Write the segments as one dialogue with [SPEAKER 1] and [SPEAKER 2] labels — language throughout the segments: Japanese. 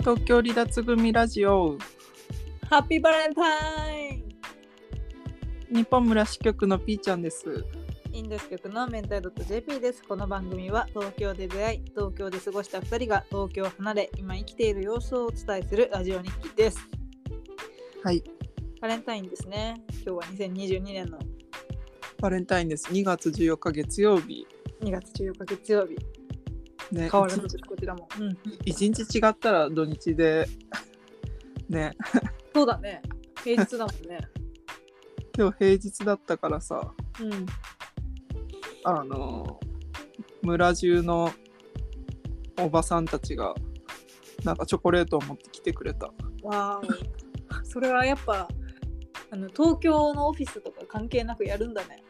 [SPEAKER 1] 東京離脱組ラジオ
[SPEAKER 2] ハッピーバレンタイ
[SPEAKER 1] 日本村支局のピーちゃんです
[SPEAKER 2] ンインド支局のメンタル .jp です。この番組は東京で出会い、東京で過ごした2人が東京を離れ、今生きている様子をお伝えするラジオ日記です。
[SPEAKER 1] はい
[SPEAKER 2] バレンタインですね。今日は2022年の
[SPEAKER 1] バレンタインです2月14日月曜日
[SPEAKER 2] 2月14日月曜日。
[SPEAKER 1] ね
[SPEAKER 2] 変わらずこちらも。うん。
[SPEAKER 1] 一日違ったら土日でね
[SPEAKER 2] そうだね。平日だもんね。
[SPEAKER 1] 今日平日だったからさ
[SPEAKER 2] うん。
[SPEAKER 1] あの村中のおばさんたちがなんかチョコレートを持ってきてくれた
[SPEAKER 2] わあ。それはやっぱあの東京のオフィスとか関係なくやるんだね。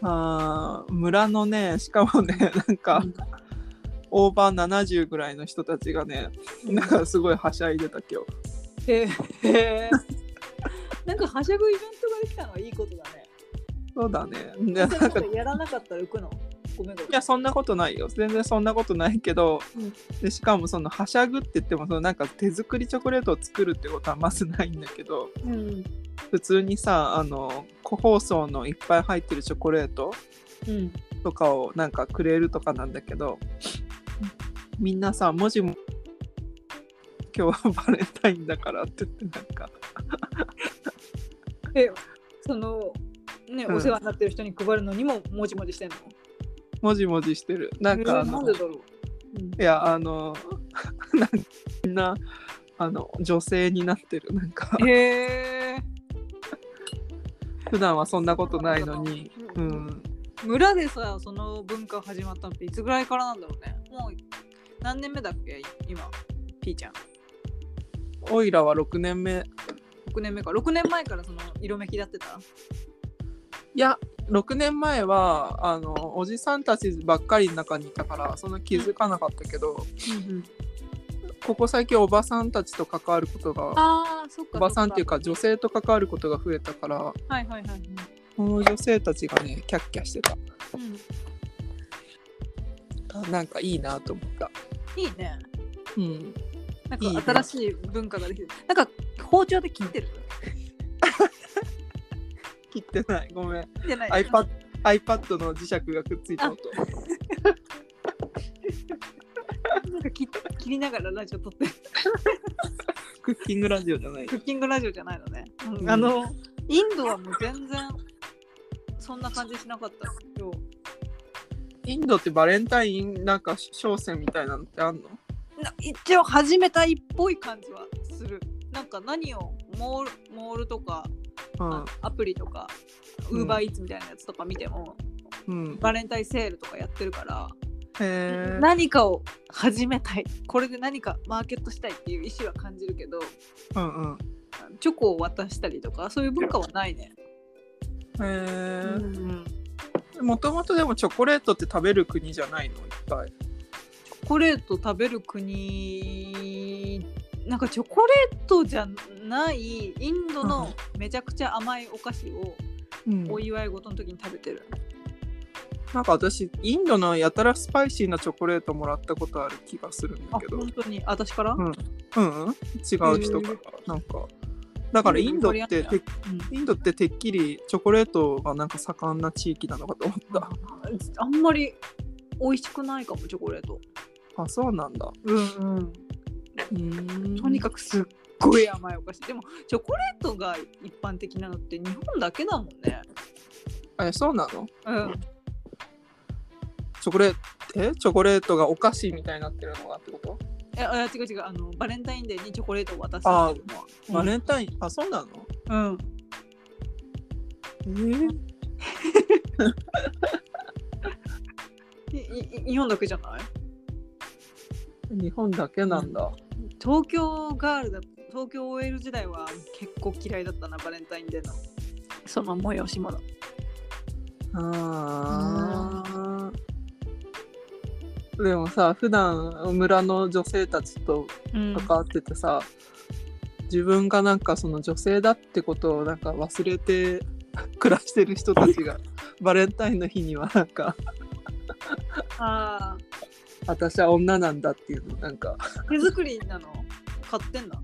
[SPEAKER 1] あー村のねしかもね なんかオーバー70ぐらいの人たちがねなんかすごいはしゃいでた今日
[SPEAKER 2] へえ。 なんかはしゃぐイベントができたのはいいことだね。
[SPEAKER 1] そうだね
[SPEAKER 2] そ
[SPEAKER 1] で
[SPEAKER 2] ん
[SPEAKER 1] な
[SPEAKER 2] なんこ
[SPEAKER 1] かい
[SPEAKER 2] とやらなかったら浮くの。ごめんごめん。
[SPEAKER 1] やそんなことないよ全然そんなことないけど、
[SPEAKER 2] うん
[SPEAKER 1] でしかもそのはしゃぐって言ってもそのなんか手作りチョコレートを作るってことはまずないんだけど
[SPEAKER 2] うん。
[SPEAKER 1] 普通にさあの個包装のいっぱい入ってるチョコレート
[SPEAKER 2] うん。
[SPEAKER 1] とかをなんかくれるとかなんだけどみんなさ文字も今日はバレンタインだからって言ってなんか
[SPEAKER 2] え、その、ね、
[SPEAKER 1] うん
[SPEAKER 2] お世話になってる人に配るのにももじもじしてんの。
[SPEAKER 1] もじもじしてるなんか
[SPEAKER 2] う
[SPEAKER 1] あ
[SPEAKER 2] んな
[SPEAKER 1] の
[SPEAKER 2] んでだろう。うん
[SPEAKER 1] いやあの なんかみんなあの女性になってるなんか
[SPEAKER 2] へえ。
[SPEAKER 1] 普段はそんなことないのに
[SPEAKER 2] う
[SPEAKER 1] うんん
[SPEAKER 2] 村でさ、その文化始まったのっていつぐらいからなんだろうね。もう何年目だっけ、今、ピーちゃん。
[SPEAKER 1] オイラは6年目
[SPEAKER 2] 6年目か。6年前からその色めきだってた。
[SPEAKER 1] いや6年前はあのおじさんたちばっかりの中にいたからそんな気づかなかったけど、ここ最近おばさんたちと関わることが
[SPEAKER 2] ああ、そっか。
[SPEAKER 1] おばさんっていう
[SPEAKER 2] か。
[SPEAKER 1] か女性と関わることが増えたから
[SPEAKER 2] はいはいはいはい。
[SPEAKER 1] この女性たちがねキャッキャしてた
[SPEAKER 2] うん
[SPEAKER 1] なんかいいなと思った
[SPEAKER 2] いいね。
[SPEAKER 1] うん
[SPEAKER 2] なん
[SPEAKER 1] いいね
[SPEAKER 2] か新しい文化ができる。 なんか包丁で切ってる。
[SPEAKER 1] 切ってないごめん
[SPEAKER 2] 切ってない。
[SPEAKER 1] iPad, iPad の磁石がくっついた音
[SPEAKER 2] なんか切切りながらラジオ撮ってる。
[SPEAKER 1] クッキングラジオじゃない
[SPEAKER 2] クッキングラジオじゃないのね。うん
[SPEAKER 1] うん
[SPEAKER 2] あの、インドはもう全然そんな感じしなかった。今日
[SPEAKER 1] インドってバレンタインなんか商戦みたいなのってあんの
[SPEAKER 2] な一応始めたいっぽい感じはする。なんか何をモールモールとか、
[SPEAKER 1] うん
[SPEAKER 2] あアプリとか、
[SPEAKER 1] う
[SPEAKER 2] ウ
[SPEAKER 1] ん
[SPEAKER 2] ーバーイーツみたいなやつとか見ても、
[SPEAKER 1] うん、
[SPEAKER 2] バレンタインセールとかやってるから、
[SPEAKER 1] へー
[SPEAKER 2] 何かを始めたいこれで何かマーケットしたいっていう意思は感じるけど
[SPEAKER 1] うんうん
[SPEAKER 2] チョコを渡したりとかそういう文化はないね。
[SPEAKER 1] へ
[SPEAKER 2] う
[SPEAKER 1] ー
[SPEAKER 2] ん
[SPEAKER 1] もともとでもチョコレートって食べる国じゃないのいっぱい。
[SPEAKER 2] チョコレート食べる国なんかチョコレートじゃないインドのめちゃくちゃ甘いお菓子を
[SPEAKER 1] うん
[SPEAKER 2] お祝い事の時に食べてる。
[SPEAKER 1] なんか私インドのやたらスパイシーなチョコレートもらったことある気がするんだ
[SPEAKER 2] あ
[SPEAKER 1] けど
[SPEAKER 2] 本当に私から、
[SPEAKER 1] うんうん、うん、違う人からなんかだからインドっててインドっててっきりチョコレートがなんか盛んな地域なのかと思った。
[SPEAKER 2] あんまり美味しくないかもチョコレート。
[SPEAKER 1] あそうなんだ。
[SPEAKER 2] うんうん
[SPEAKER 1] うん
[SPEAKER 2] とにかくすっごい甘いお菓子でもチョコレートが一般的なのって日本だけだもんね
[SPEAKER 1] くえそうなの
[SPEAKER 2] うん
[SPEAKER 1] チョコレートえチョコレートがお菓子みたいになってるのがってこと、
[SPEAKER 2] えあ違う違うあのバレンタインデーにチョコレートを渡す
[SPEAKER 1] あ
[SPEAKER 2] っていうの
[SPEAKER 1] バ
[SPEAKER 2] は
[SPEAKER 1] レンタインあそうなの
[SPEAKER 2] うん、うん、
[SPEAKER 1] えー、
[SPEAKER 2] いい日本だけじゃない
[SPEAKER 1] 日本だけなんだ。
[SPEAKER 2] 東京ガールだ東京 OL 時代は結構嫌いだったなバレンタインデーのその催し物
[SPEAKER 1] あーでもさ普段村の女性たちと
[SPEAKER 2] うん
[SPEAKER 1] 関わっててさ、自分がなんかその女性だってことをなんか忘れて 暮らしてる人たちがバレンタインの日にはなんか
[SPEAKER 2] あー
[SPEAKER 1] 私は女なんだっていうのなんか
[SPEAKER 2] 手作りなの買ってんだ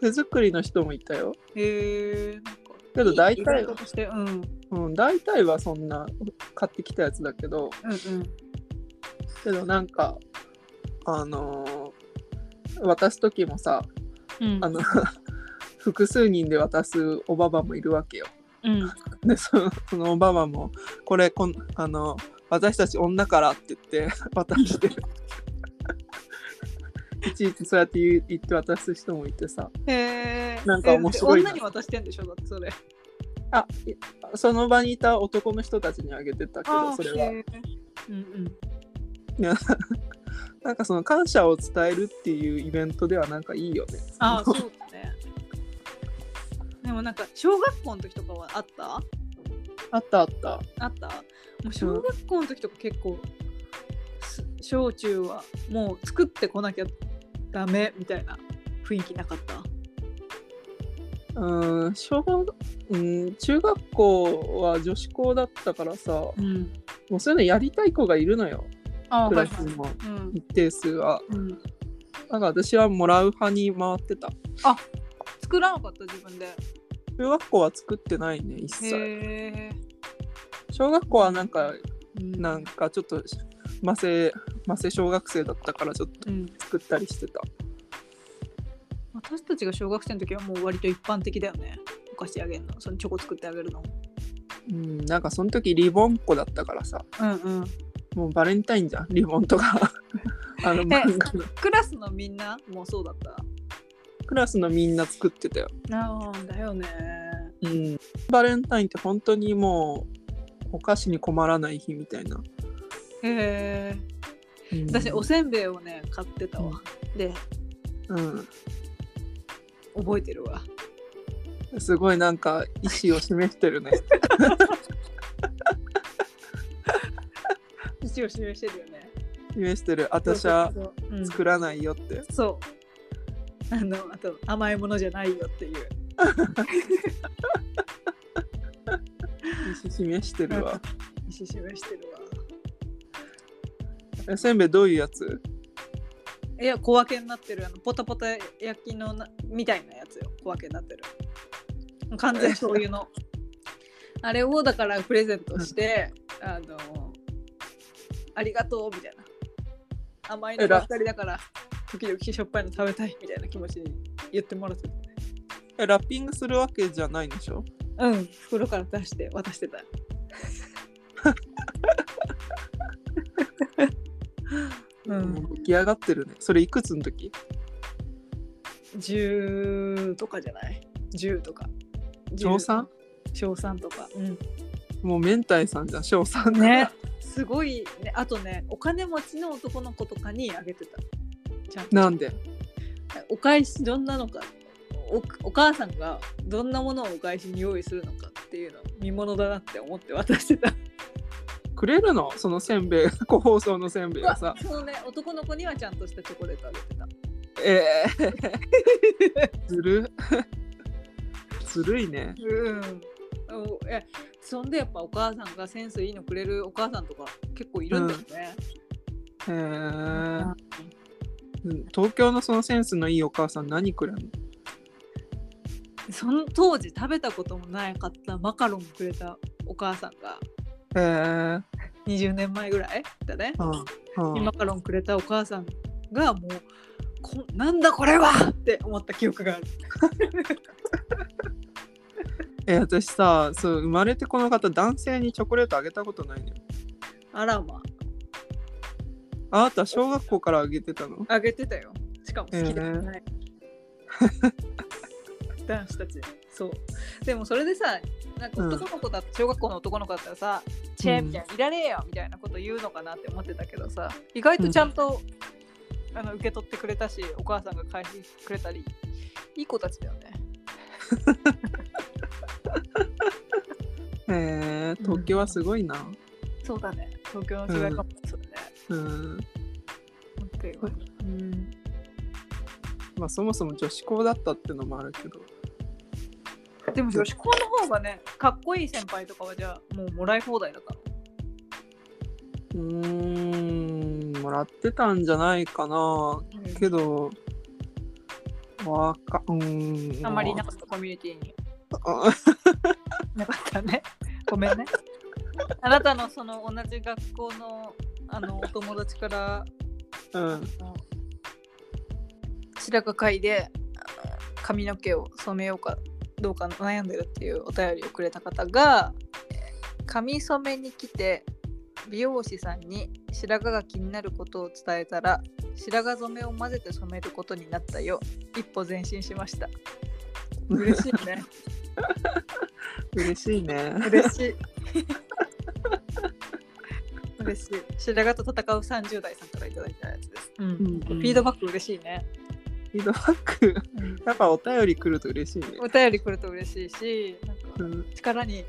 [SPEAKER 1] 手作りの人もいたよ、
[SPEAKER 2] へえんか
[SPEAKER 1] けど大体はい
[SPEAKER 2] いことしてうんうん
[SPEAKER 1] うん、大体はそんな買ってきたやつだけど
[SPEAKER 2] うん
[SPEAKER 1] けどなんかあのー渡す時もさ
[SPEAKER 2] うん
[SPEAKER 1] あの 複数人で渡すおばばもいるわけよ
[SPEAKER 2] うん
[SPEAKER 1] でそのそのおばばも「これこんあの私たち女から」って言って 渡していちいちそうやって言う言って渡す人もいてさ
[SPEAKER 2] へえ
[SPEAKER 1] なんか面白いな
[SPEAKER 2] 女に渡してんでしょだってそれ
[SPEAKER 1] あいその場にいた男の人たちにあげてたけどそれは
[SPEAKER 2] へえうんうん
[SPEAKER 1] なんかその感謝を伝えるっていうイベントではなんかいいよね
[SPEAKER 2] あ あそうだねでもなんか小学校の時とかはあった
[SPEAKER 1] あったあった
[SPEAKER 2] あったもう小学校の時とか結構、す小中はもう作ってこなきゃダメみたいな雰囲気なかった
[SPEAKER 1] うん小学うん中学校は女子校だったからさも
[SPEAKER 2] うん
[SPEAKER 1] うそういうのやりたい子がいるのよ
[SPEAKER 2] あ
[SPEAKER 1] ク
[SPEAKER 2] はい
[SPEAKER 1] ラ
[SPEAKER 2] は
[SPEAKER 1] ス
[SPEAKER 2] い
[SPEAKER 1] にも
[SPEAKER 2] うん
[SPEAKER 1] 一定数は
[SPEAKER 2] うん、
[SPEAKER 1] なんか私はもらう派に回ってた
[SPEAKER 2] 作らなかった自分でへ
[SPEAKER 1] 中学校は作ってないね一切
[SPEAKER 2] え、
[SPEAKER 1] 小学校はなんか
[SPEAKER 2] うん
[SPEAKER 1] なんかちょっとマセマセ小学生だったからちょっと
[SPEAKER 2] うん、
[SPEAKER 1] 作ったりしてた
[SPEAKER 2] 私たちが小学生の時はもう割と一般的だよねお菓子あげるのそのチョコ作ってあげるの
[SPEAKER 1] うんなんかその時リボンっ子だったからさ
[SPEAKER 2] うんうん
[SPEAKER 1] もうバレンタインじゃんリボンと かあの漫画の
[SPEAKER 2] クラスのみんなもそうだった
[SPEAKER 1] クラスのみんな作ってたよ、
[SPEAKER 2] なんだよね
[SPEAKER 1] うん、バレンタインって本当にもうお菓子に困らない日みたいな、
[SPEAKER 2] へえ
[SPEAKER 1] うん
[SPEAKER 2] 私おせんべいをね買ってたわ、で
[SPEAKER 1] うん
[SPEAKER 2] 覚えてるわ
[SPEAKER 1] すごいなんか意思を示してる ね
[SPEAKER 2] 一応示してるよね
[SPEAKER 1] 示してる私は
[SPEAKER 2] そうそうそううん
[SPEAKER 1] 作らないよって
[SPEAKER 2] そうあのあと甘いものじゃないよっていう
[SPEAKER 1] 意思示してるわ
[SPEAKER 2] 意思示してるわ
[SPEAKER 1] えせんべいどういうやつ
[SPEAKER 2] いや小分けになってるあのポタポタ焼きのなみたいなやつよ小分けになってる完全醤油のあれをだからプレゼントして、あのありがとうみたいな甘いのばっかりだから時々しょっぱいの食べたいみたいな気持ちに言ってもらってたね
[SPEAKER 1] えラッピングするわけじゃないんでしょ
[SPEAKER 2] うん袋から出して渡 してたよう
[SPEAKER 1] も
[SPEAKER 2] ん
[SPEAKER 1] う出来上がってるねそれいくつの時
[SPEAKER 2] 10とかじゃない10とか
[SPEAKER 1] 小三
[SPEAKER 2] 小3とか、
[SPEAKER 1] もう明太さんじゃん翔さん
[SPEAKER 2] ねすごいねあとねお金持ちの男の子とかにあげてたちゃん と
[SPEAKER 1] なんで
[SPEAKER 2] お返しどんなのかおお母さんがどんなものをお返しに用意するのかっていうの見ものだなって思って渡してた
[SPEAKER 1] くれるのそのせんべい 個包装のせんべいが さ
[SPEAKER 2] そのね男の子にはちゃんとしたチョコレートあげてた
[SPEAKER 1] えー、ずる ずるいね
[SPEAKER 2] うんおえそんでやっぱお母さんがセンスいいのくれるお母さんとか結構いるんだよね、
[SPEAKER 1] へえーうん東京のそのセンスのいいお母さん何くれんの
[SPEAKER 2] その当時食べたこともなかったマカロンをくれたお母さんが
[SPEAKER 1] へえー
[SPEAKER 2] 20年前ぐらいだね、
[SPEAKER 1] うんうん
[SPEAKER 2] マカロンくれたお母さんがもうこなんだこれはって思った記憶がある
[SPEAKER 1] え私さそう生まれてこの方男性にチョコレートあげたことないの、よ
[SPEAKER 2] あらま
[SPEAKER 1] あなた小学校からあげてたの
[SPEAKER 2] あげてたよしかも好きだよね、 男子たちそうでもそれでさなんか男の子だ、小学校の男の子だったらさ「チェーンみたいないらねえよ」みたいなこと言うのかなって思ってたけどさ意外とちゃんと、あの受け取ってくれたしお母さんが返してくれたりいい子たちだよね
[SPEAKER 1] へえ東京はすごいな
[SPEAKER 2] そうだね東京の違いかもそうだね、
[SPEAKER 1] うん
[SPEAKER 2] 本当にうん
[SPEAKER 1] まあそもそも女子校だったってのもあるけど
[SPEAKER 2] でも女子校の方がねかっこいい先輩とかはじゃあもうもらい放題だから
[SPEAKER 1] うーんもらっやってたんじゃないかなけどわかうーん
[SPEAKER 2] あんまりいな
[SPEAKER 1] か
[SPEAKER 2] かったコミュニティに。
[SPEAKER 1] っ
[SPEAKER 2] なかったね。 ごめんね。あなたのその同じ学校のあのお友達から
[SPEAKER 1] た うん
[SPEAKER 2] 白髪会で髪の毛を染めようかどうか悩んでるっていうお便りをくれた方が髪染めに来て美容師さんに白髪が気になることを伝えたら白髪染めを混ぜて染めることになったよ一歩前進しました嬉しいね
[SPEAKER 1] 嬉しいね
[SPEAKER 2] 嬉しい嬉しい白髪と戦う30代さんからいただいたやつです、うん
[SPEAKER 1] うん
[SPEAKER 2] フィードバック嬉しいね、
[SPEAKER 1] フィードバックやっぱお便り来ると嬉しいね
[SPEAKER 2] お便り来ると嬉しいしなんか
[SPEAKER 1] うん
[SPEAKER 2] 力に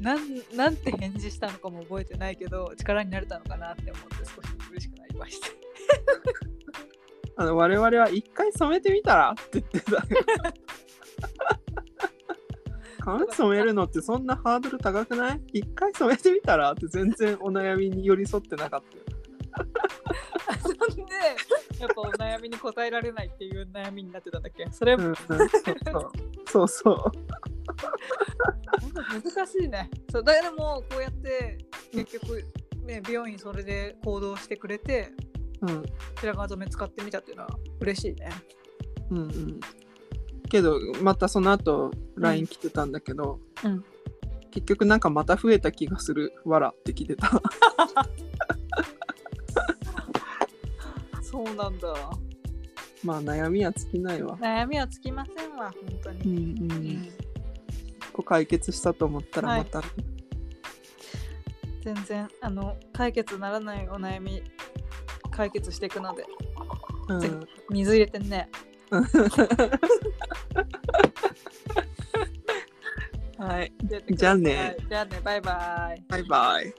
[SPEAKER 2] なんなんて返事したのかも覚えてないけど力になれたのかなって思って少し嬉しくなりま した。
[SPEAKER 1] あの我々は一回染めてみたらって言ってた髪染めるのってそんなハードル高くない一回染めてみたらって全然お悩みに寄り添ってなかったよ
[SPEAKER 2] そんでやっぱお悩みに答えられないっていう悩みになってたんだっけそれ
[SPEAKER 1] う
[SPEAKER 2] も
[SPEAKER 1] んうんそうそうそうそう
[SPEAKER 2] 難しいね。そうだけどもこうやって結局、ね、美容院それで行動してくれて
[SPEAKER 1] うん
[SPEAKER 2] 白髪染め使ってみたっていうのは嬉しいね。
[SPEAKER 1] うんうんけどまたその後 LINE 来てたんだけど、
[SPEAKER 2] うん
[SPEAKER 1] 結局なんかまた増えた気がするわらって来てた
[SPEAKER 2] そうなんだ。
[SPEAKER 1] まあ悩みは尽きないわ
[SPEAKER 2] 悩みはつきませんわ本当
[SPEAKER 1] うん
[SPEAKER 2] に。
[SPEAKER 1] う
[SPEAKER 2] うんん
[SPEAKER 1] こう解決したと思ったら
[SPEAKER 2] はい
[SPEAKER 1] また、
[SPEAKER 2] 全然あの解決ならないお悩み解決していくので
[SPEAKER 1] う
[SPEAKER 2] ぜ
[SPEAKER 1] ん
[SPEAKER 2] 水入れてんね
[SPEAKER 1] はい
[SPEAKER 2] 入れてください
[SPEAKER 1] じゃあね
[SPEAKER 2] じゃあねバイバイ
[SPEAKER 1] バイバイ